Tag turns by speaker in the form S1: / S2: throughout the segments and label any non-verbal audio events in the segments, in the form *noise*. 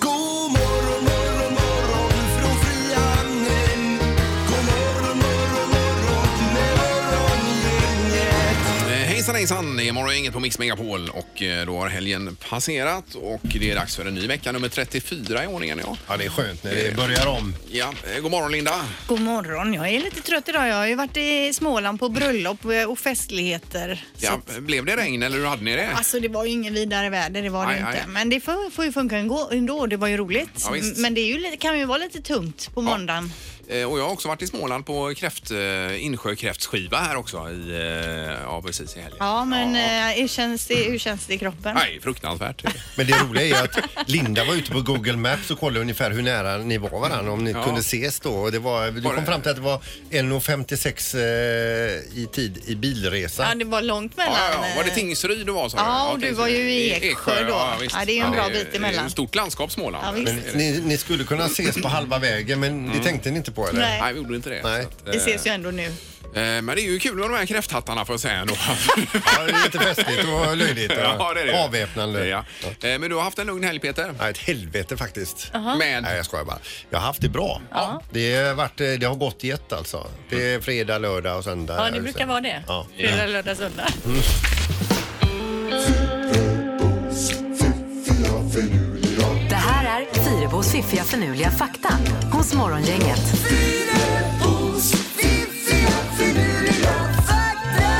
S1: God morgon morgon morgon från Frihamnen. God morgon morgon morgon med morgongänget.
S2: Eh, Hejsan hejsan, det är morgon, inget på Mix Megapol och eh, då har helgen passerat och det är dags för en ny vecka, nummer 34 i ordningen. Ja,
S3: Ja, det är skönt när det börjar om.
S2: ja eh, god morgon Linda.
S4: God morgon. Jag är lite trött idag. Jag har ju varit i Småland på bröllop eh, och festligheter. Så,
S2: Ja, blev det regn eller hur hade ni det?
S4: Alltså det var ju ingen vidare väder, det var det
S2: Aj,
S4: inte.
S2: aj.
S4: Men det får, får ju funka ändå- ändå. Det var ju roligt.
S2: Ja, visst.
S4: Men det är ju, lite- kan ju vara lite tungt på måndagen.
S2: Eh, Och jag har också varit i Småland på kräft, eh, insjökräftskiva här också i, eh, ja precis i helgen.
S4: Ja, men
S2: Ja.
S4: eh, hur, känns det, hur känns det i kroppen?
S2: Nej,
S4: *laughs*
S2: fruktansvärt.
S3: Men det roliga är att Linda var ute på Google Maps och kollade ungefär hur nära ni var varandra om ni
S2: Ja.
S3: kunde ses då. Och Det var, du
S2: Var det-
S3: kom fram till att det var 1.56 eh, i tid i bilresa.
S4: Ja, det var långt mellan.
S2: Ja, ja, ja. Var det
S4: eh,
S2: Tingsryd du var sa
S4: Ja, och du
S2: Tingsryd.
S4: var ju i Eksjö då.
S2: visst.
S4: Ja, det är ju en bra bit
S2: det är
S4: emellan.
S2: ett Stort landskap Småland.
S4: Ja, visst.
S3: Men ni, ni skulle kunna ses på halva vägen men
S2: Mm.
S3: det tänkte ni inte på eller?
S4: Nej.
S2: Nej, vi gjorde inte det.
S3: Nej.
S2: Så att,
S4: Vi ses ju ändå nu.
S2: eh, Men det är ju kul med de här kräfthattarna får jag
S4: *laughs*
S2: säga ändå.
S3: Ja, det är lite festligt och löjligt.
S2: *laughs* Ja, det är det.
S3: Avväpnande.
S2: Ja. Eh, Men du har haft en lugn helg Peter.
S3: Nej, ett helvete faktiskt.
S2: Med
S3: Nej, jag skojar bara. Jag har haft det bra. Det, har varit, eh, det har gått jätt alltså.
S2: Mm.
S3: Det är fredag, lördag och söndag.
S4: Ja, det brukar vara det.
S3: Ja.
S4: Fredag, lördag, söndag.
S5: Det här är Fyrabos fiffiga förnuliga fakta hos Morgongänget.
S1: Fyrabos fiffiga finurliga fakta.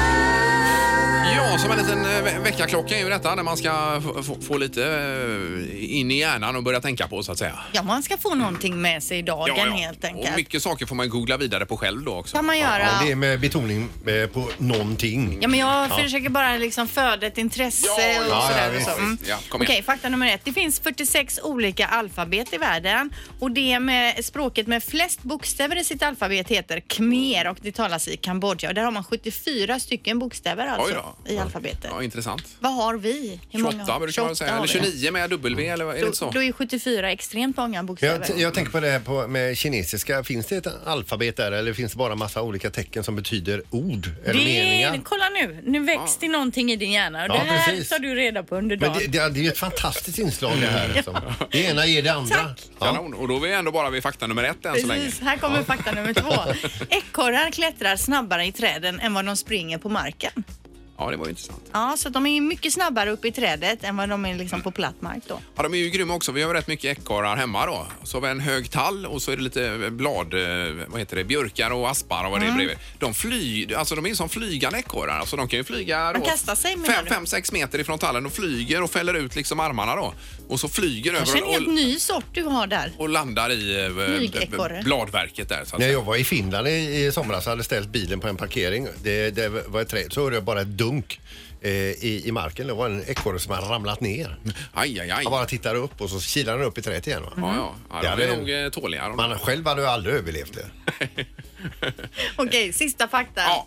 S2: Ja, som en liten eh, ve- väckarklocka är ju detta när man ska f- f- få lite eh, in i hjärnan och börja tänka på så att säga.
S4: Ja, man ska få någonting med sig i dagen helt
S2: Och
S4: enkelt.
S2: mycket saker får man googla vidare på själv då också.
S4: kan man göra.
S3: Men det är med betoning eh, på någonting.
S4: Ja, men jag försöker bara liksom föda ett intresse
S2: Ja, ja,
S4: och
S2: ja,
S4: sådär.
S3: ja,
S4: och så.
S3: visst,
S4: Mm.
S2: visst. Ja, kom
S4: Okej,
S2: igen.
S4: fakta nummer ett. Det finns 46 olika alfabet i världen och det med språket med flest bokstäver i sitt alfabet heter khmer och det talas i Kambodja. Och där har man 74 stycken bokstäver alltså
S2: Oj då.
S4: i alfabetet.
S2: Ja, intressant.
S4: Vad har vi? Hur många
S2: 28
S4: har-
S2: brukar
S4: 28
S2: man säga,
S4: har
S2: eller
S4: vi.
S2: 29 med W eller vad- är det inte
S4: Då,
S2: så?
S4: då är 74 extremt många
S3: Jag,
S4: bokstäver.
S3: t- jag tänker på det här på, med kinesiska. Finns det ett alfabet där eller finns det bara massa olika tecken som betyder ord eller meningar?
S4: kolla nu, nu
S2: Ah.
S4: väcks det någonting i din hjärna.
S3: Ja, det här precis. tar
S4: du reda på under
S3: Men det, det, det är ju ett fantastiskt inslag det här.
S4: *laughs*
S3: Liksom. Det ena ger det andra.
S4: Tack.
S3: Ja.
S2: Kanon. Och då är vi ändå bara vid fakta nummer ett än så länge.
S4: Precis, här kommer fakta nummer två.
S2: *laughs*
S4: Ekorrar klättrar snabbare i träden än vad de springer på marken.
S2: Ja, det var ju intressant.
S4: Ja, så att de är mycket snabbare uppe i trädet än vad de är liksom på platt mark då.
S2: Ja, de är ju grymma också. Vi har ju rätt mycket ekorrar hemma då. Så har vi en hög tall och så är det lite blad, eh, vad heter det, björkar och aspar och vad det
S4: Mm.
S2: är bredvid. De flyr, alltså de är ju som flygande ekorrar. Alltså de kan ju flyga då
S4: kastar sig, menar
S2: fem,
S4: du?
S2: fem, sex meter ifrån tallen och flyger och fäller ut liksom armarna då. Och så flyger
S4: Jag känner en
S2: över
S4: helt
S2: och,
S4: ny sort du har där.
S2: och landar i eh,
S4: Flygekorre.
S2: b- bladverket där. Så att
S3: När
S2: säga.
S3: jag var i Finland i, i somras och hade ställt bilen på en parkering. Det, det var ett träd. Så hörde jag bara ett dunk eh, i, i marken. Det var en ekorre som hade ramlat ner.
S2: Aj, aj, aj.
S3: Han bara tittar upp och så kilar han upp i trädet igen. Va?
S2: Ja, ja.
S3: Det
S2: ja, de är
S3: hade-
S2: nog eh, tåliga. de.
S3: Man själv hade ju aldrig överlevt det.
S4: Okej, sista fakta.
S2: Ja.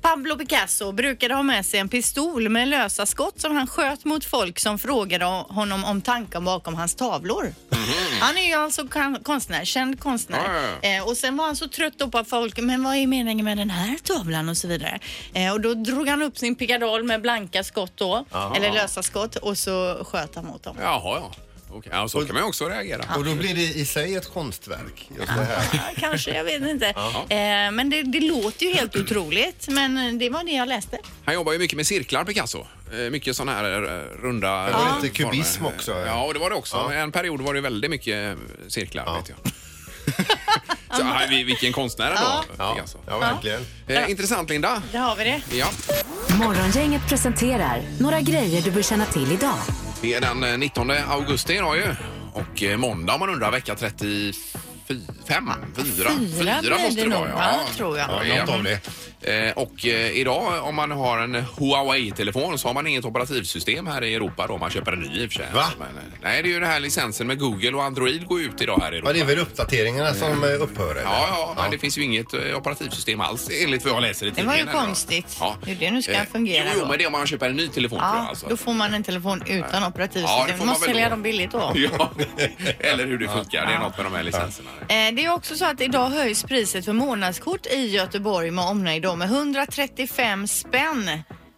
S4: Pablo Picasso brukade ha med sig en pistol med lösa skott som han sköt mot folk som frågade honom om tanken bakom hans tavlor. Han är ju alltså kan- konstnär, känd konstnär.
S2: Mhm. Ja, ja, ja.
S4: Eh, och sen var han så trött då på folk, men vad är meningen med den här tavlan och så vidare. Eh, och då drog han upp sin pickadoll med blanka skott då, eller lösa skott och så sköt han mot dem.
S2: Jaha, ja. Okej, ja, så kan man ju också reagera.
S3: Och då blir det i sig ett konstverk. Just det här.
S4: Ja, Kanske, jag vet inte. Eh, men det, det låter ju helt otroligt. Men eh, det var det jag läste.
S2: Han jobbar ju mycket med cirklar, Picasso. Eh, Mycket sådana här eh, runda...
S3: Det var
S2: eh,
S3: lite kubism
S2: former.
S3: också.
S2: Ja, och det var det också. En period var det väldigt mycket eh, cirklar, vet jag. *laughs* Så, ah, vi- vilken konstnär ändå,
S3: Ja,
S2: Picasso.
S3: ja verkligen.
S2: Eh, intressant, Linda.
S4: Där har vi det.
S2: Ja,
S5: Morgongänget presenterar några grejer du bör känna till idag.
S2: det är den eh, 19 augusti idag ju. Och eh, måndag, om man undrar, vecka 34 Fem? Fyra?
S4: fyra blir det
S2: måste det
S4: nog,
S2: vara,
S4: va? Tror jag.
S2: Ja,
S3: Ja, något
S2: ja.
S3: av det.
S2: Eh, Och eh, idag om man har en Huawei-telefon så har man inget operativsystem här i Europa då. Man köper en ny i och för sig.
S3: Va?
S2: Men, eh, nej, det är ju den här licensen med Google och Android går ut idag här i Europa.
S3: Ja, det är väl uppdateringarna som eh, upphör? eller?
S2: Ja, ja, men det finns ju inget eh, operativsystem alls enligt vad jag läser i
S4: Det var ju
S2: tidningen här idag. Eh,
S4: konstigt, hur det nu ska fungera
S2: Jo, jo
S4: då.
S2: men det är om man köper en ny telefon tror jag
S4: Ja,
S2: alltså.
S4: då får man en telefon utan operativsystem.
S2: Ja, det
S4: du
S2: får man
S4: måste
S2: väl
S4: sälja
S2: då.
S4: dem billigt då.
S2: Ja, eller hur det funkar. Det är något med de här licenserna.
S4: Eh, Det är också så att idag höjs priset för månadskort i Göteborg med omnejd då med 135 spänn.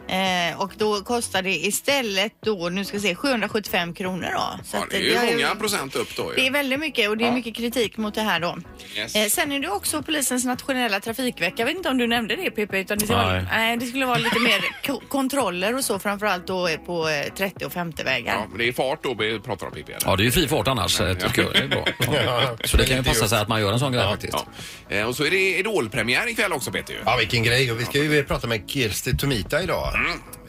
S4: Eh, och då kostar det istället då, nu ska vi se, 775 kronor då. Så
S2: Ja,
S4: att
S2: det är
S4: har
S2: ju många procent upp då
S4: Det är
S2: ju.
S4: väldigt mycket och det är mycket kritik mot det här då.
S2: Yes.
S4: Eh, sen är det också polisens nationella trafikvecka. Jag vet inte om du nämnde det PP, utan det, ska
S6: Nej.
S4: vara, nej, det skulle vara lite mer ko- kontroller och så framförallt då eh, på eh, 30 och 50 vägar.
S2: Ja, men det är fart då vi pratar om Pippi. eller?
S7: Ja, det är ju fri fart annars, eh, tycker jag. Det är bra. Ja. Så det kan ju passa sig att man gör en sån grej faktiskt.
S2: Ja. Eh, Och så är det idolpremiär ikväll också Peter ju.
S3: Ja, vilken grej. Och vi ska ju eh, prata med Kirsti Tomita idag.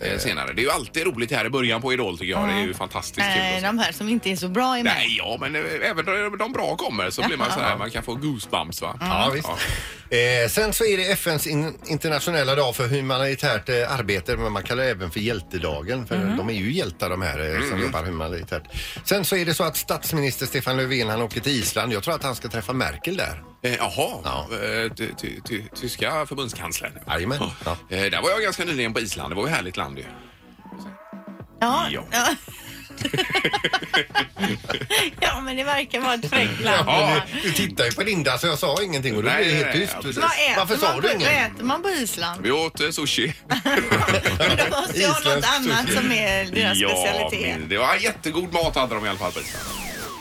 S2: Eh, Senare. Det är ju alltid roligt här i början på Idol tycker jag. Det är ju fantastiskt kul.
S4: Eh,
S2: och så.
S4: de här som inte är så bra är med.
S2: Nej, ja, men eh, även när de bra kommer så blir man så här, man kan få goosebumps va?
S3: Ja, visst. Eh, sen så är det FNs in, internationella dag för humanitärt eh, arbete, men man kallar det även för hjältedagen, för
S2: Mm.
S3: de är ju hjältar de här eh, som jobbar humanitärt. Sen så är det så att statsminister Stefan Löfven, han åker till Island. Jag tror att han ska träffa Merkel där.
S2: Eh, Jaha,
S3: Ja.
S2: Eh, ty- ty- ty- tyska förbundskanslern.
S3: Jajamän. Ja.
S2: Eh, Där var jag ganska nyligen på Island. Det var ju ett härligt land ju.
S4: Ja.
S2: Ja.
S4: Ja. *laughs* ja, men det verkar vara ett fräckt land.
S2: Ja.
S3: Du, du tittar ju på Linda så jag sa ingenting och du
S2: Nej,
S3: blev helt
S2: nej, nej.
S3: tyst.
S2: Ja, precis.
S4: Vad äter
S3: Varför sa
S4: man
S3: du
S4: på, Vad
S3: inget?
S4: äter man på Island?
S2: Vi åt eh, sushi.
S4: Men de måste ju ha något
S3: Isländsk
S4: annat som är deras
S2: ja,
S4: specialitet. Alltså-
S2: men det var jättegod mat hade de i alla fall på Island.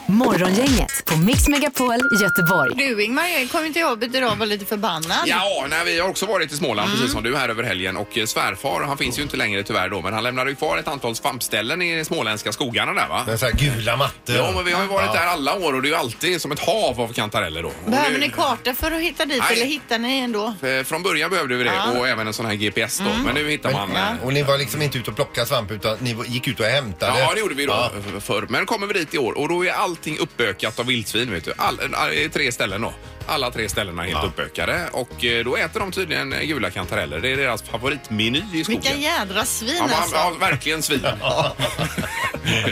S5: Morgongänget på Mix Megapol Göteborg.
S4: Du Ingmar, jag kom ju till jobbet idag och var lite förbannad.
S2: Ja, nej, vi har också varit i Småland
S4: Mm.
S2: precis som du här över helgen och eh, svärfar, han finns ju inte längre tyvärr då, men han lämnade ju kvar ett antal svampställen i de småländska skogarna där va?
S3: Den så här gula mattor.
S2: Ja, men vi har ju varit där alla år och det är ju alltid som ett hav av kantareller då. Och
S4: Behöver
S2: nu-
S4: ni karta för att hitta dit
S2: Nej.
S4: eller hittar ni ändå?
S2: Eh, Från början behövde vi det
S4: Ja. Mm.
S2: och även en sån här GPS då, men nu hittar man... eh,
S3: Och ni var liksom inte ute och plockade svamp utan ni var- gick ut och hämtade.
S2: Ja, det gjorde vi då
S3: Ja.
S2: förr. Men kommer vi dit i år och då är allting uppbökat av vildsvin. Vet du. All, eh, tre ställen då. Alla tre ställena är helt uppbökade och eh, då äter de tydligen eh, gula kantareller. Det är deras favoritmeny i skogen.
S4: Vilka jädra svin
S2: Ja, man,
S4: alltså.
S2: ja, verkligen svin.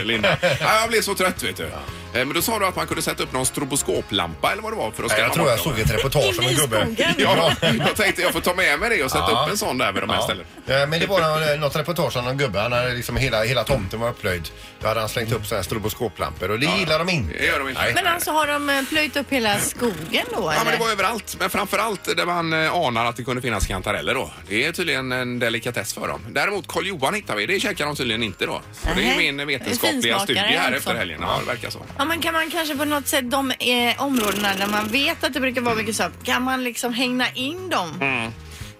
S2: Linda. *laughs* Ja, jag blev så trött vet du. Eh, Men då sa du att man kunde sätta upp någon stroboskoplampa eller vad det var för
S3: Nej,
S2: att skrämma
S3: jag tror jag
S2: bort dem.
S3: såg ett reportage om
S4: Inne
S3: en
S4: i
S3: gubbe.
S4: skogen.
S2: Ja, jag tänkte jag får ta med mig det och sätta
S3: Ja.
S2: upp en sån där vid de här ställena.
S3: Eh, Men det var någon- något reportage om någon gubbe. Han hade liksom hela, hela tomten var upplöjd. Då hade han slängt upp så här stroboskoplampor och det gillar de
S2: Det
S3: inte.
S2: gör de inte.
S4: Men alltså har de eh, plöjt upp hela skogen då
S2: Ja,
S4: eller?
S2: men det var överallt, men framförallt där man eh, anar att det kunde finnas kantareller då. Det är tydligen en delikatess för dem. Däremot Karl Johan hittar vi, det käkar de tydligen inte då. Så det är
S4: Nej.
S2: min vetenskapliga
S4: Finsmakare
S2: studie här
S4: alltså.
S2: efter helgen. Ja, det verkar så.
S4: Ja, men kan man kanske på något sätt de eh, områdena där man vet att det brukar vara mycket svamp, kan man liksom hängna in dem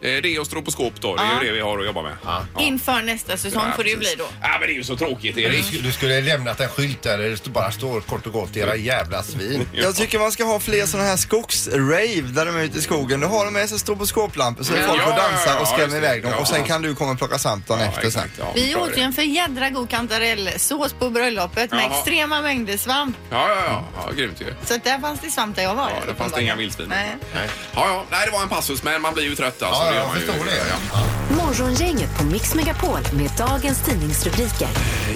S2: Eh, Det och stroboskop då, det är
S4: Ja.
S2: ju det vi har att jobba med. Ja.
S4: inför nästa säsong får det ju bli
S2: precis.
S4: då.
S2: Ja, men det är ju så tråkigt
S3: Du
S2: Erik.
S3: sk- Du skulle lämnat en skylt där det st- bara står kort och gott era jävla svin.
S8: Jag tycker man ska ha fler sådana här skogsrave där de är ute i skogen. Då har de med sig stroboskoplampor så
S2: Ja,
S8: att folk får
S2: ja, ja,
S8: dansa
S2: ja,
S8: och
S2: just
S8: skrämma
S2: det.
S8: iväg dem.
S2: Ja.
S8: Och sen kan du komma och plocka svamp dagen efter sen.
S2: exakt. Ja,
S4: Vi
S2: bra
S4: åt
S2: det.
S4: ju en för jädra god kantarellsås på bröllopet med
S2: Jaha.
S4: extrema mängder svamp.
S2: Ja, ja, ja. ja grymt ju.
S4: Så att där fanns det svamp där jag var.
S2: Ja, där fanns det inga vildsvin.
S4: Nej.
S2: Nej. Ja, ja. Nej, det var en passus, men man blir ju trött alltså.
S3: Ja,
S2: gör
S3: jag
S2: man ju.
S3: förstår det.
S5: Morgongänget på Mix Megapol med dagens tidningsrubriker.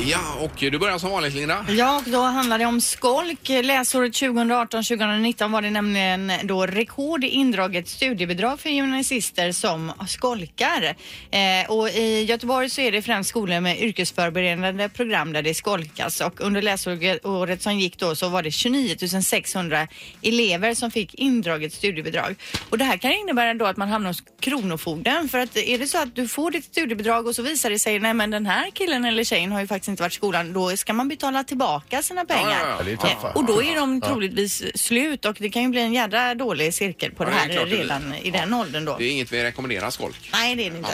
S2: Ja, och du börjar som vanligt Linda.
S4: Ja, och då handlar det om skolk. Läsåret 2018-2019 var det nämligen då rekord i indraget studiebidrag för gymnasister som skolkar. Eh, och i Göteborg så är det främst skolor med yrkesförberedande program där det skolkas och under läsåret som gick då så var det 29 600 elever som fick indraget studiebidrag. Och det här kan innebära då att man hamnar hos Kronofogden för att är det så att du får ditt studiebidrag och så visar det sig nej men den här killen eller tjejen har ju faktiskt inte varit i skolan då ska man betala tillbaka sina pengar.
S2: ja, ja. Det är ju tufft,
S4: Eh, Och då är de troligtvis slut och det kan ju bli en jädra dålig cirkel på
S2: Ja,
S4: det
S2: det är
S4: här
S2: klart det blir.
S4: redan i den åldern då.
S2: Det är inget vi rekommenderar skolk.
S4: Nej det är det inte.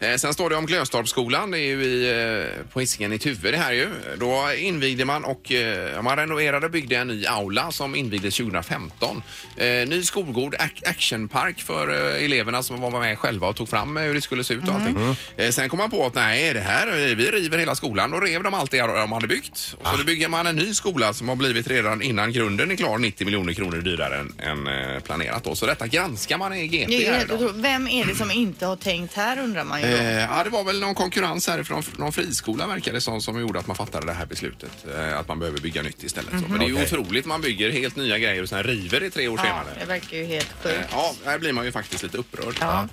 S2: Eh, Sen står det om Glöstorpsskolan. Det är ju i, eh, på Hisingen i Tuve det här ju. Då invigde man och eh, man renoverade och byggde en ny aula som invigdes 2015. Eh, Ny skolgård, ac- actionpark för eh, eleverna som var med själva och tog fram eh, hur det skulle se ut och allting. Eh, Sen kom man på att nej, det här, eh, vi river hela skolan. Då rev de allt det de hade byggt. Och så nu bygger man en ny skola som har blivit redan innan grunden är klar 90 miljoner kronor dyrare än, än eh, planerat. Då. Så detta granskar man i GP.
S4: Det är ju
S2: här
S4: helt
S2: idag.
S4: otroligt. Vem är det som inte har tänkt här undrar man ju. då.
S2: Eh, ja, det var väl någon konkurrens härifrån, någon friskola verkar det som, som gjorde att man fattade det här beslutet. Eh, att man behöver bygga nytt istället. Så. Men det är ju otroligt, man bygger helt nya grejer och sen river i tre år
S4: Ja,
S2: senare.
S4: det verkar ju helt
S2: Eh,
S4: sjukt.
S2: ja, här blir man ju faktiskt lite upprörd. Mm.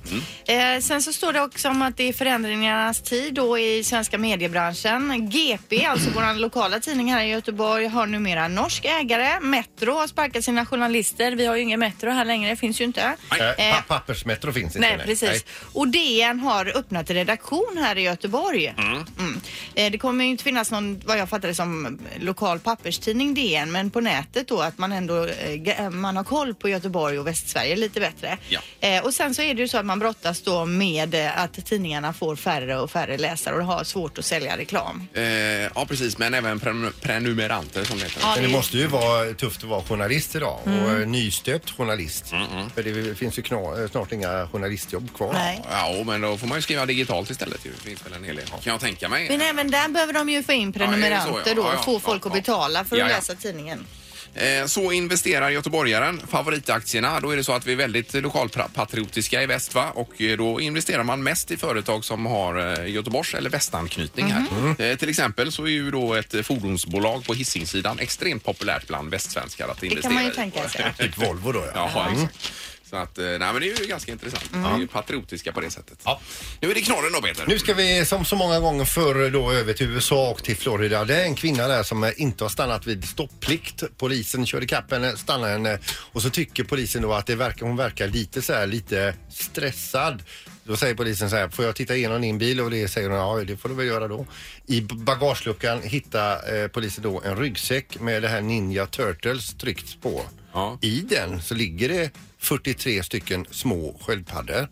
S4: Ja. Eh, sen så står det också om att det är förändringarnas tid då i svenska mediebranschen. GP, alltså vår lokala tidning här i Göteborg, har numera norsk ägare. Metro har sparkat sina journalister. Vi har ju ingen Metro här längre, finns ju inte.
S3: Eh,
S4: Eh,
S3: pa- pappersmetro finns inte.
S4: Nej, precis. Och DN har öppnat redaktion här i Göteborg. Mm. Eh, Det kommer ju inte finnas någon, vad jag fattar det som, lokal papperstidning DN, men på nätet då att man ändå eh, gr- man har koll på Göteborg och Västsverige lite bättre.
S2: Ja.
S4: Eh, Och sen så är det ju så att man brottas då med eh, att tidningarna får färre och färre läsare och har svårt att sälja reklam.
S2: Eh, ja, precis, men även prenum- prenumeranter som det heter.
S4: Ja,
S3: Men
S4: det-
S3: det måste ju vara tufft att vara journalist idag och
S4: Mm.
S3: eh, nystöpt journalist. För det finns ju kna- eh, snart inga journalistjobb kvar.
S4: Nej.
S2: Ja, men då får man ju skriva digitalt istället. ju. Det finns väl en hel del. Kan jag tänka mig.
S4: Men även där behöver de ju få in
S2: är det så, ja?
S4: prenumeranter då
S2: Ja, ja,
S4: och få
S2: ja,
S4: folk att
S2: ja.
S4: betala för att
S2: Ja, ja.
S4: läsa tidningen.
S2: Eh, Så investerar göteborgaren. Favoritaktierna, då är det så att vi är väldigt eh, lokalpatriotiska i väst va? och eh, då investerar man mest i företag som har eh, Göteborgs eller västanknytning här. Eh, Till exempel så är ju då ett eh, fordonsbolag på Hisingssidan extremt populärt bland västsvenskar att
S4: Det
S2: investera
S4: kan man ju
S2: i.
S4: tänka sig.
S3: Typ Volvo då ja.
S2: Jaha, exakt. Så att, eh, nej men det är ju ganska intressant. Vi är ju patriotiska på det sättet.
S3: Ja.
S2: Nu är det knorren då Peter.
S3: Nu ska vi som så många gånger förr då över till USA och till Florida. Det är en kvinna där som eh, inte har stannat vid stopplikt. Polisen kör ikapp henne, stannar henne och så tycker polisen då att det verkar, hon verkar lite så här, lite stressad. Då säger polisen så här, får jag titta igenom din bil? Och det säger hon, ja det får du väl göra då. I b- bagageluckan hittar eh, polisen då en ryggsäck med det här Ninja Turtles tryckt på.
S2: Ja.
S3: I den så ligger det 43 stycken små sköldpaddor.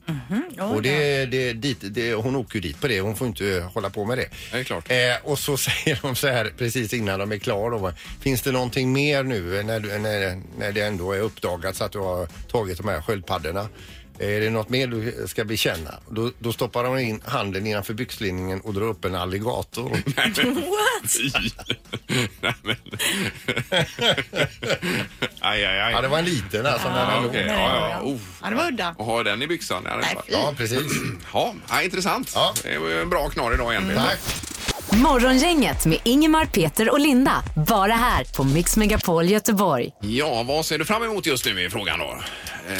S3: Och det, det, dit, det, hon åker ju dit på det. Hon får inte eh, hålla på med det.
S2: Det är klart.
S3: Eh, och så *laughs* säger de så här precis innan de är klara. Då, Finns det någonting mer nu eh, när, du, när, när det ändå är uppdagat så att du har tagit de här sköldpaddorna? Eh, Är det något mer du ska bekänna? Då, då stoppar de in handen innanför byxlinningen och drar upp en
S2: *laughs*
S3: alligator.
S4: What?
S2: *laughs* Nej, men... aj, aj, aj.
S3: ja, det var en liten alltså. men
S2: Ja,
S3: ändå.
S2: okej.
S4: Nej,
S2: Ja, ja.
S4: ja.
S2: Oh.
S4: Ja, det var udda.
S2: Och ha den i byxan. det hade
S4: Nej,
S2: varit-
S4: fy.
S3: Ja, precis.
S2: Ja, ja, intressant.
S3: Ja.
S2: Det var ju en bra knorr idag igen. Peter.
S4: Mm.
S3: Tack.
S5: Morgongänget med Ingemar, Peter och Linda. Bara här på Mix Megapol Göteborg.
S2: Ja, vad ser du fram emot just nu i frågan då?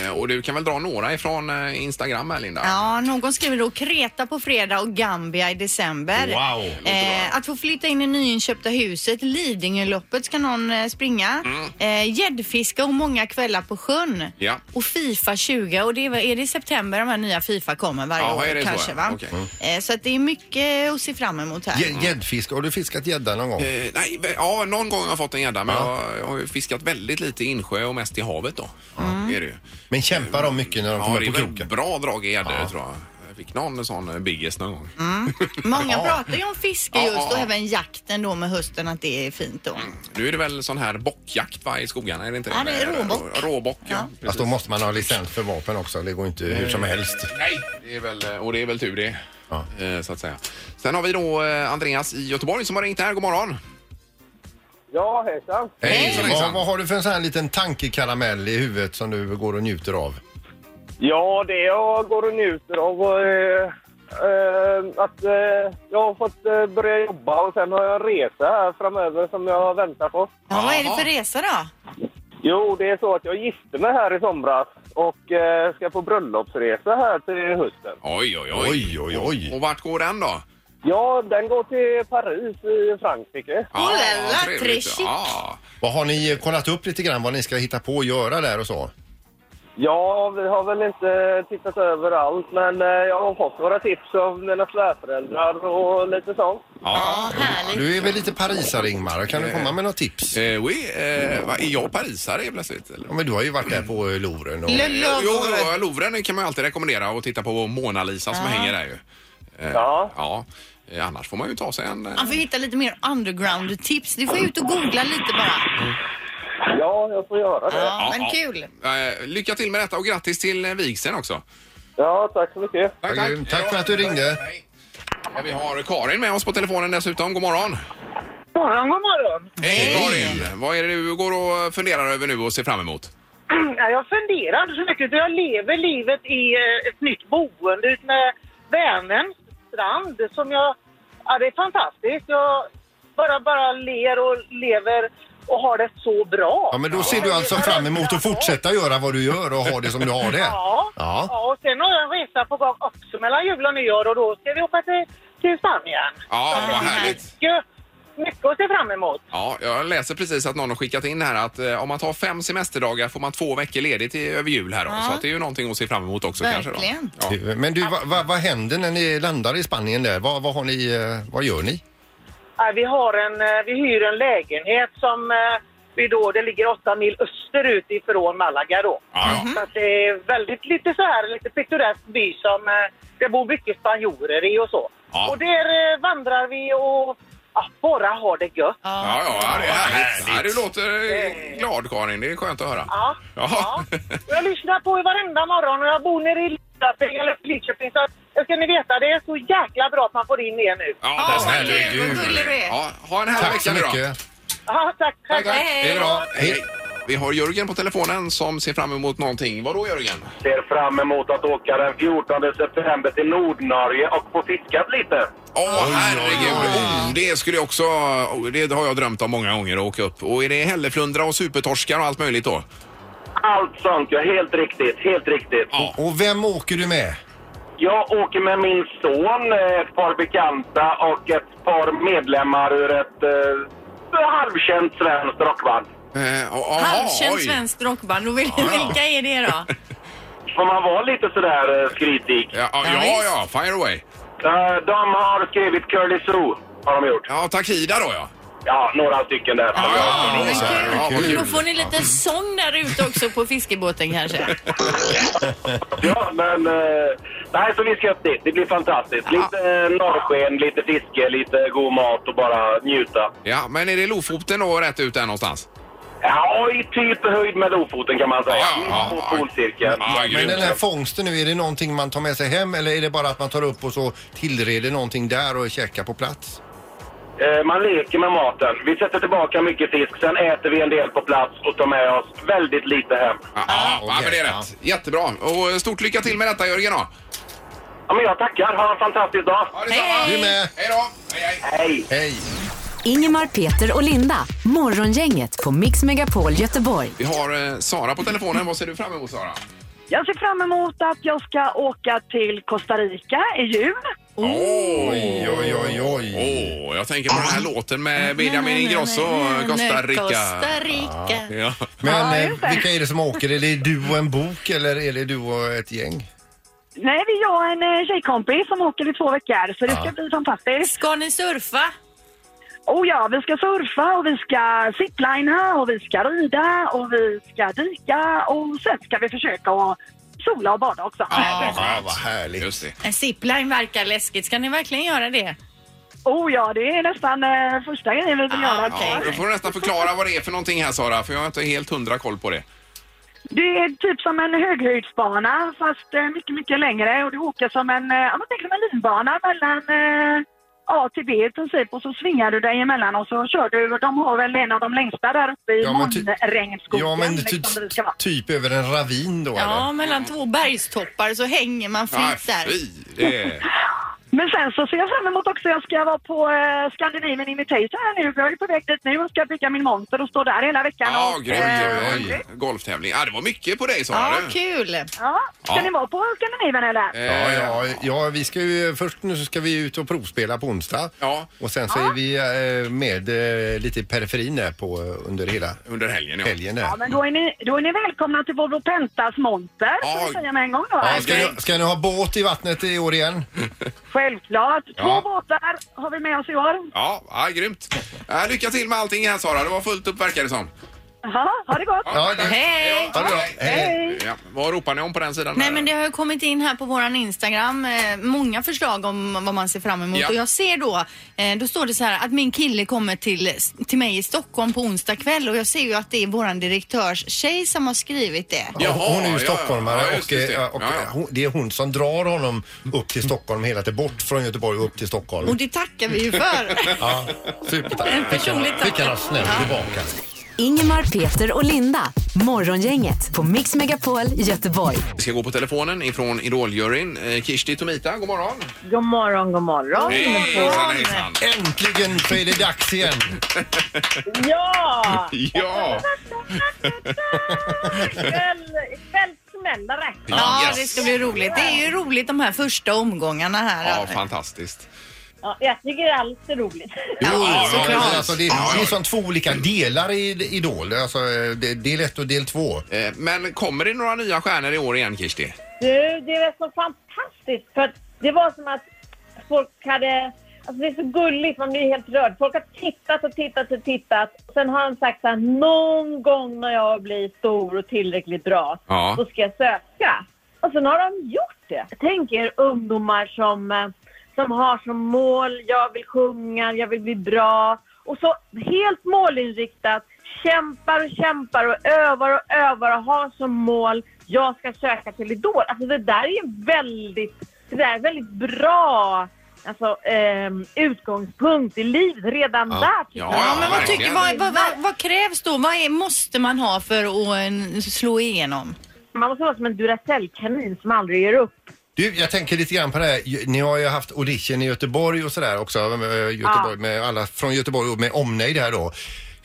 S2: Eh, och du kan väl dra några ifrån eh, Instagram här Linda?
S4: Ja, någon skriver då Kreta på fredag och Gambia i december.
S3: Wow.
S4: Eh, att få flytta in i nyinköpta huset, Lidingöloppet ska någon eh, springa. Eh, Gäddfiska och många kvällar på sjön.
S2: Mm. Ja.
S4: Och Fifa 20 och det är, väl- är det i september de här nya Fifa kommer varje
S2: Jaha,
S4: år
S2: är det så,
S4: kanske
S2: ja?
S4: va?
S2: Okej. Mm.
S4: Eh, så att det är mycket att se fram emot här.
S3: Gä- Gäddfisk, har du fiskat gädda någon gång?
S2: Eh, nej, ve- ja, någon gång har jag fått en gädda men jag, jag har ju fiskat väldigt lite i insjö och mest i havet då.
S4: Mm.
S2: Är det ju.
S3: Men kämpar de mycket när de
S2: Ja,
S3: kommer
S2: det är
S3: på
S2: väl
S3: kroken?
S2: bra drag i gäddor tror jag. Jag fick någon sån eh, biggest någon gång.
S4: Mm. Många pratar ju om fiske
S2: *laughs* Ja, Mm.
S4: just
S2: ja,
S4: och
S2: ja.
S4: även jakten då med hösten att det är fint då.
S2: Nu är det väl sån här bockjakt va, i skogarna? Är det inte
S4: Ja, det är
S2: Med-
S4: råbock.
S2: Råbock, ja.
S4: Ja.
S2: precis.
S3: Fast då måste man ha licens för vapen också. Det går inte hur som helst.
S2: Nej, det är väl, eh, och det är väl tur det.
S3: Ja.
S2: Eh, Så att säga. Sen har vi då eh, Andreas i Göteborg som har ringt här. God morgon!
S9: Ja, hejsan.
S2: Hejsan,
S3: Vad,
S2: hejsan.
S3: vad har du för en sån här liten tankekaramell i huvudet som du går och njuter av?
S9: Ja, det jag går och njuter av eh, eh, att eh, jag har fått eh, börja jobba och sen har jag en resa här framöver som jag väntar på.
S4: Ja, vad är det
S2: Jaha.
S4: för resa då?
S9: Jo, det är så att jag gifte mig här i somras och eh, ska på bröllopsresa här till hösten.
S2: Oj, oj, oj.
S3: Oj, oj, oj.
S2: Och vart går den då?
S9: Ja, den går till Paris i Frankrike.
S2: Ja,
S4: Oh la la, treshit.
S2: Ja.
S3: Vad har ni eh, kollat upp lite grann vad ni ska hitta på och göra där och så?
S9: Ja, vi har väl inte tittat över allt men eh, jag har fått några tips av mina svärföräldrar och lite sånt.
S2: Ja.
S4: Härligt.
S3: Du är väl lite parisare Ingmar? Kan du komma med några tips?
S2: Eh, oui, eh, va, är jag parisare plötsligt? Eller?
S3: Ja, men du har ju varit där på eh, Louvren och...
S4: Le-
S2: Jo, jo, Louvren kan man ju alltid rekommendera och titta på Mona Lisa som hänger där ju. Eh,
S9: Ja.
S2: ja. Eh, Annars får man ju ta sig en... eh,
S4: Han får hitta lite mer underground-tips. Du får ut och googla lite bara.
S9: Ja, jag får göra det.
S4: Ja, men
S2: ja.
S4: kul.
S2: Eh, lycka till med detta och grattis till eh, vigseln också.
S9: Ja, tack så mycket.
S2: Tack, tack.
S3: Tack för att du ringde.
S2: Ja, Vi har Karin med oss på telefonen dessutom. God morgon!
S10: God morgon, god morgon. *clears throat*
S2: Hej Karin! Vad är det du går och funderar över nu och ser fram emot?
S10: Ja, jag funderar inte så mycket utan jag lever livet i eh, ett nytt boende utmed Vänerns strand som jag... Ja, det är fantastiskt. Jag bara, bara ler och lever och har det så bra.
S3: Ja, men då ser du alltså fram emot att fortsätta göra vad du gör och ha det som du har det.
S10: Ja. ja.
S3: Ja.
S10: och sen har jag en resa på gång också mellan jul och nyår och då ska vi åka till, till Spanien.
S2: Ja, vad härligt!
S10: Mycket, mycket att se fram emot.
S2: Ja, jag läser precis att någon har skickat in här att eh, om man tar fem semesterdagar får man två veckor ledigt i, över jul här då.
S10: Ja.
S2: Så att det är ju någonting att se fram emot också kanske då.
S3: Du, Men du, va- va- vad händer när ni landar i Spanien där? Vad, vad, har ni, eh, vad gör ni?
S10: Nej, vi, har en, eh, vi hyr en lägenhet som eh, vi då, det ligger åtta mil österut ifrån Malaga då. Så att det är väldigt lite så här, lite pittoresk by som eh, det bor mycket spanjorer i och så.
S1: Ja.
S10: Och där eh, vandrar vi och ja, bara har det gött.
S2: Ja, ja, det är härligt. Ja, du låter eh, glad Karin, det är skönt att höra.
S10: Ja.
S2: *laughs* Ja.
S10: Och Jag lyssnar på er varenda morgon och jag bor nere i Linköping eller Lidköping så att, jag ska ni veta, det är så jäkla bra att man får in er nu.
S2: Ja, där snäll du är. Ja, ha en härlig
S3: Tack så
S2: vecka nu då.
S3: mycket.
S10: Ja, tack. Tack,
S2: Det är bra. Hej. Vi har Jörgen på telefonen som ser fram emot någonting. Vadå Jörgen?
S9: Ser fram emot att åka den 14 september till Nordnorge och få fiskat lite.
S2: Åh herregud! Oh, det skulle jag också... oh, Det har jag drömt om många gånger att åka upp. Och är det hälleflundra och supertorskar och allt möjligt då?
S9: Allt sånt, ja. Helt riktigt, helt riktigt.
S3: Och vem åker du med?
S9: Jag åker med min son, eh, ett par bekanta och ett par medlemmar ur ett eh, halvkänt svenskt rockband.
S2: Eh,
S4: Halvkänt svenskt rockband. Och vil- vilka är det då?
S9: Får man vara lite sådär eh, skrytig? Eh,
S2: Ja, ja, ja, ja, fire away.
S9: de har skrivit Curly Sue, har de gjort.
S2: Ja, Takida då ja.
S9: Ja, några stycken där.
S2: Ja, så här. ja, vad
S4: Då
S2: kul.
S4: får ni lite sång där ute också på fiskebåten
S2: *laughs*
S4: kanske.
S9: Ja, men... Eh, nej, så vi ska upp dit. Det blir fantastiskt. Lite eh, norrsken, lite fiske, lite god mat och bara njuta.
S2: Ja, men är det Lofoten då rätt ut där någonstans?
S9: Ja, i typ höjd med Lofoten kan man säga.
S2: Ja,
S9: Mitt på polcirkeln.
S3: Men den här fångsten nu, är det någonting man tar med sig hem eller är det bara att man tar upp och så tillreder någonting där och käkar på plats?
S9: Eh, Man leker med maten. Vi sätter tillbaka mycket fisk, sen äter vi en del på plats och tar med oss väldigt lite hem.
S2: Ja, ja, men det är rätt. Jättebra. Och eh, stort lycka till med detta Jörgen då.
S9: Ja, men jag tackar. Ha en fantastisk dag.
S2: Hej! Du med. Hej då!
S9: Hej!
S3: Hej!
S5: Ingemar, Peter och Linda. Morgongänget på Mix Megapol Göteborg.
S2: Vi har eh, Sara på telefonen. Vad ser du fram emot Sara?
S11: Jag ser fram emot att jag ska åka till Costa Rica i jul.
S2: Oj, oj, oj, oj. Åh, jag tänker på den här låten med Benjamin
S4: Mm,
S2: Ingrosso och Costa Rica.
S4: Costa Rica.
S2: Ja.
S3: Men
S11: Ja,
S3: eh,
S11: just det.
S3: vilka är det som åker? Är det du och en bok eller är det du och ett gäng?
S11: Nej, vi jag och en eh, tjejkompis som åker i två veckor så det
S3: Ja.
S11: ska bli fantastiskt.
S4: Ska ni surfa?
S11: Oh ja, vi ska surfa och vi ska ziplina och vi ska rida och vi ska dyka och sen ska vi försöka att sola och bada också.
S3: Ja, vad härligt.
S2: Just det.
S4: En zipline verkar läskigt. Ska ni verkligen göra det?
S11: Oh ja, det är nästan eh, första grejen vi vill
S4: Ah,
S11: göra.
S2: Ja, då får du nästan förklara vad det är för någonting här Sara, för jag har inte helt hundra koll på det.
S11: Det är typ som en höghöjdsbana fast eh, mycket, mycket längre och du åker som en, eh, ja, man tänker som en linbana mellan eh, A till B i princip och så svingar du dig emellan och så kör du. De har väl en av de längsta där uppe i
S3: Ja, men ty-
S11: månregnskogen.
S3: Ja, men ty,
S11: liksom, där det ska vara.
S3: typ över en ravin då eller?
S4: Ja, mellan två bergstoppar så hänger man
S3: Nej,
S4: fritt där.
S3: fy, det är-
S11: Men sen så ser jag fram emot också, jag ska vara på eh, Scandinavian Imitation här nu. Jag är på väg dit nu och ska bygga min monter och stå där hela veckan.
S2: Ja,
S11: och,
S2: grymt.
S11: eh,
S2: Oj, oj. Golftävling. Ja, det var mycket på dig Sara.
S11: Ja,
S2: du.
S4: kul!
S11: Ja, ska
S2: Ja. Eh.
S11: ni vara på Scandinavian eller?
S3: Ja, ja, ja, vi ska ju, först nu så ska vi ut och provspela på onsdag.
S2: Ja.
S3: Och sen så är vi eh, med eh, lite i periferin där på, eh, under hela
S2: under helgen. Ja.
S3: helgen där.
S11: Ja, men då är, ni, då är ni välkomna till Volvo Pentas monter,
S3: Ja.
S11: ska vi säga med en gång då.
S3: Ja, ska, ni, ska ni ha båt i vattnet i år igen?
S11: Självklart. Två
S2: Ja.
S11: båtar har vi med oss i år.
S2: Ja, ja, grymt. Ja, lycka till med allting här Sara. Det var fullt upp verkar det som.
S11: Ja, ha det gott!
S2: Ja, det-
S4: Hej!
S2: Ha det bra.
S4: Hej.
S2: Ja, vad ropar ni om på den sidan?
S4: Nej
S2: där?
S4: men det har ju kommit in här på våran Instagram eh, många förslag om vad man ser fram emot
S2: Ja.
S4: och jag ser då, eh, då står det så här att min kille kommer till, till mig i Stockholm på onsdag kväll och jag ser ju att det är våran direktörs tjej som har skrivit det.
S3: hon är ju stockholmare
S2: ja, just
S3: och,
S2: det.
S3: eh, och hon- det är hon som drar honom upp till Stockholm hela tiden, bort från Göteborg och upp till Stockholm.
S4: Och det tackar vi ju för.
S3: Ja, supertack.
S4: En personlig tack.
S3: Fick han snällt tillbaka.
S5: Ingemar, Peter och Linda. Morgongänget på Mix Megapol Göteborg.
S2: Vi ska gå på telefonen ifrån Idoljuryn. Eh, Kishti Tomita, god morgon.
S12: God morgon, god morgon.
S3: Äntligen så är det dags igen.
S12: Ja!
S2: *laughs* Ja!
S12: Ikväll ikväll smäller det.
S4: *laughs* Ja, det ska bli roligt. Det är ju roligt de här första omgångarna här.
S2: Ja, fantastiskt.
S12: Ja, jag tycker allt är roligt.
S3: Jo, ja,
S4: såklart.
S3: men Alltså, det, det är som två olika delar i i Idol. Alltså, eh, det, del ett och del två.
S2: Eh, Men kommer det några nya stjärnor i år igen, Kishti?
S12: Du, det är så fantastiskt för att det var som att folk hade... Alltså det är så gulligt, man blir helt rörd. Folk har tittat och tittat och tittat. Sen har han sagt så här, någon gång när jag blir stor och tillräckligt bra,
S1: Ja.
S12: då ska jag söka. Och sen har de gjort det. Tänk er ungdomar som, eh, som har som mål, jag vill sjunga, jag vill bli bra. Och så helt målinriktat, kämpar och kämpar och övar och övar och har som mål, jag ska söka till Idol. Alltså det där är ju väldigt, det där är väldigt bra alltså, ehm, utgångspunkt i livet redan
S4: Ja.
S12: där. tycker
S4: Ja,
S12: jag.
S4: men vad, tycker, vad, vad, vad, vad krävs då? Vad är, måste man ha för att eh, slå igenom?
S12: Man måste vara som en Duracell-kanin som aldrig ger upp.
S3: Du, jag tänker lite grann på det här. Ju- Ni har ju haft audition i Göteborg och sådär också. eh, Göteborg,
S12: Ja.
S3: med alla från Göteborg och med omnejd här då.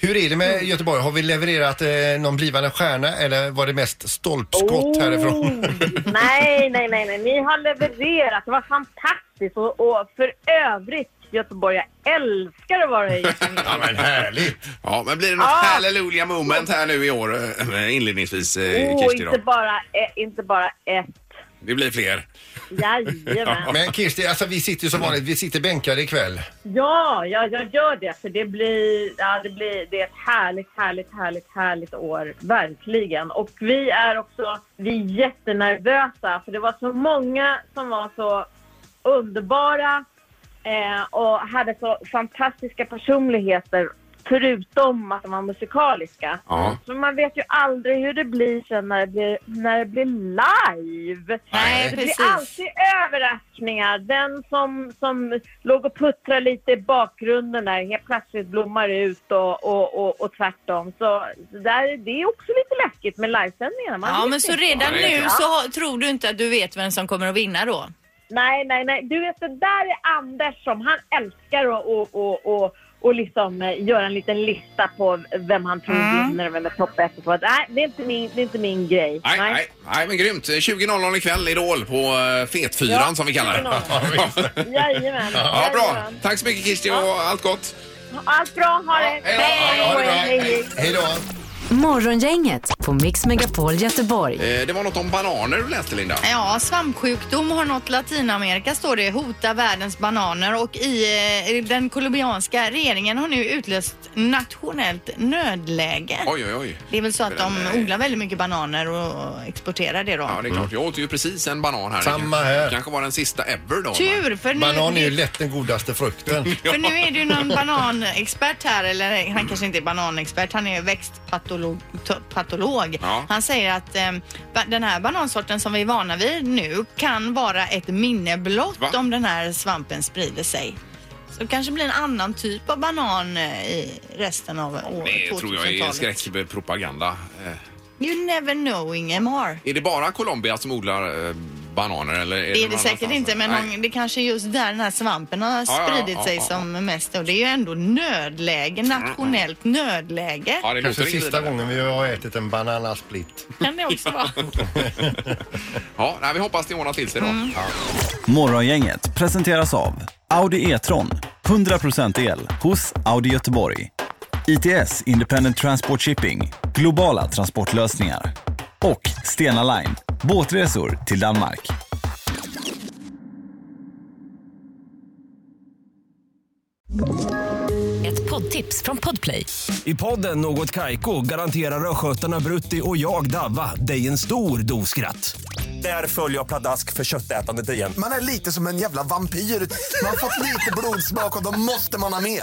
S3: Hur är det med Göteborg? Har vi levererat eh, någon blivande stjärna eller var det mest stolpskott
S12: Oh.
S3: härifrån?
S12: *laughs* Nej, nej, nej, nej. Ni har levererat. Det var fantastiskt. Och, och för övrigt, Göteborg, jag älskar att vara i Göteborg.
S2: *laughs* Ja, men härligt! Ja, men blir det något
S12: Ja.
S2: hallelujah moment här nu i år eh, inledningsvis, eh,
S12: Åh,
S2: Kishti? Då?
S12: inte bara, eh, inte bara ett.
S2: Det blir fler.
S12: Jajamän.
S3: Men Kirsti, alltså, vi sitter ju som vanligt, vi sitter bänkade ikväll.
S12: Ja, ja, jag gör det. För det blir, ja, det blir det är ett härligt, härligt, härligt, härligt år. Verkligen. Och vi är också vi är jättenervösa. För det var så många som var så underbara eh, och hade så fantastiska personligheter. Förutom att de var musikaliska.
S1: Ja.
S12: Så man vet ju aldrig hur det blir sen när det blir, när det blir live.
S1: Nej,
S12: det
S1: precis.
S12: blir alltid överraskningar. Den som, som låg och puttrade lite i bakgrunden där helt plötsligt blommar ut och, och, och, och tvärtom. Så där, det är också lite läskigt med livesändningarna. Man
S4: Ja,
S12: vet
S4: men så
S12: inte.
S4: redan nu så har- tror du inte att du vet vem som kommer att vinna då?
S12: Nej, nej, nej. Du vet, det där är Anders som han älskar att och, och, och, och liksom eh, göra en liten lista på vem han tror
S4: Mm.
S12: vinner och vem är topp ett och så. Nej, det är inte min, det är inte min grej.
S2: Nej, nej. nej, men grymt. Eh, 20.00 ikväll, Idol, på eh, Fetfyran
S12: Ja,
S2: som vi kallar det.
S12: 20.00. Jajamän.
S2: Ja, bra.
S12: Jajamän.
S2: Tack så mycket, Kishti, och allt gott.
S12: Allt bra, ha det!
S3: Hej då!
S5: Morgongänget på Mix Megapol Göteborg.
S2: Eh, Det var något om bananer du läste, Linda.
S4: Ja, svampsjukdom har nått Latinamerika står det, hotar världens bananer och i eh, den colombianska regeringen har nu utlöst nationellt nödläge.
S2: Oj, oj, oj.
S4: Det är väl så att de
S2: Den, eh,
S4: odlar väldigt mycket bananer och exporterar det då.
S2: Ja, det är klart. Jag åt ju precis en banan här.
S3: Mm. Samma här.
S2: kanske var den sista ever då.
S4: Tur, för nu-
S3: Banan är ju lätt den godaste frukten.
S4: För nu är du någon bananexpert här, eller han kanske inte är bananexpert, han är växtpatolog. to- patolog.
S1: Ja.
S4: Han säger att eh, ba- den här banansorten som vi är vana vid nu kan vara ett minne blott
S1: Va?
S4: om den här svampen sprider sig. Så det kanske blir en annan typ av banan eh, i resten av året.
S2: Det tror jag är
S4: 2000-talet.
S2: skräckpropaganda. Eh,
S4: You never know Ingemar.
S2: Är det bara Colombia som odlar eh, bananer? Eller är
S4: Det är
S2: någon
S4: det säkert
S2: annanstans?
S4: inte, men
S2: Nej.
S4: hon, det kanske är just där den här svampen har
S2: ja, ja,
S4: spridit
S2: ja,
S4: sig
S2: ja, Mm,
S4: som mest. Och det är ju ändå nödläge, nationellt nödläge.
S3: Kanske sista gången vi har ätit en bananasplitt.
S4: *laughs* Kan det också vara.
S2: Ja, nej, vi hoppas det ordnar till sig då.
S4: Mm.
S2: Ja.
S13: Morgongänget presenteras av Audi E-tron. 100% el hos Audi Göteborg. ITS Independent Transport Shipping. Globala transportlösningar. Och Stena Line. Båtresor till Danmark.
S5: Ett Ett poddtips från Podplay.
S14: I podden Något Kaiko garanterar östgötarna Brutti och jag, Davva, dig en stor dos skratt. Där följer jag pladask för köttätandet igen.
S9: Man är lite som en jävla vampyr. Man har fått lite blodsmak och då måste man ha mer.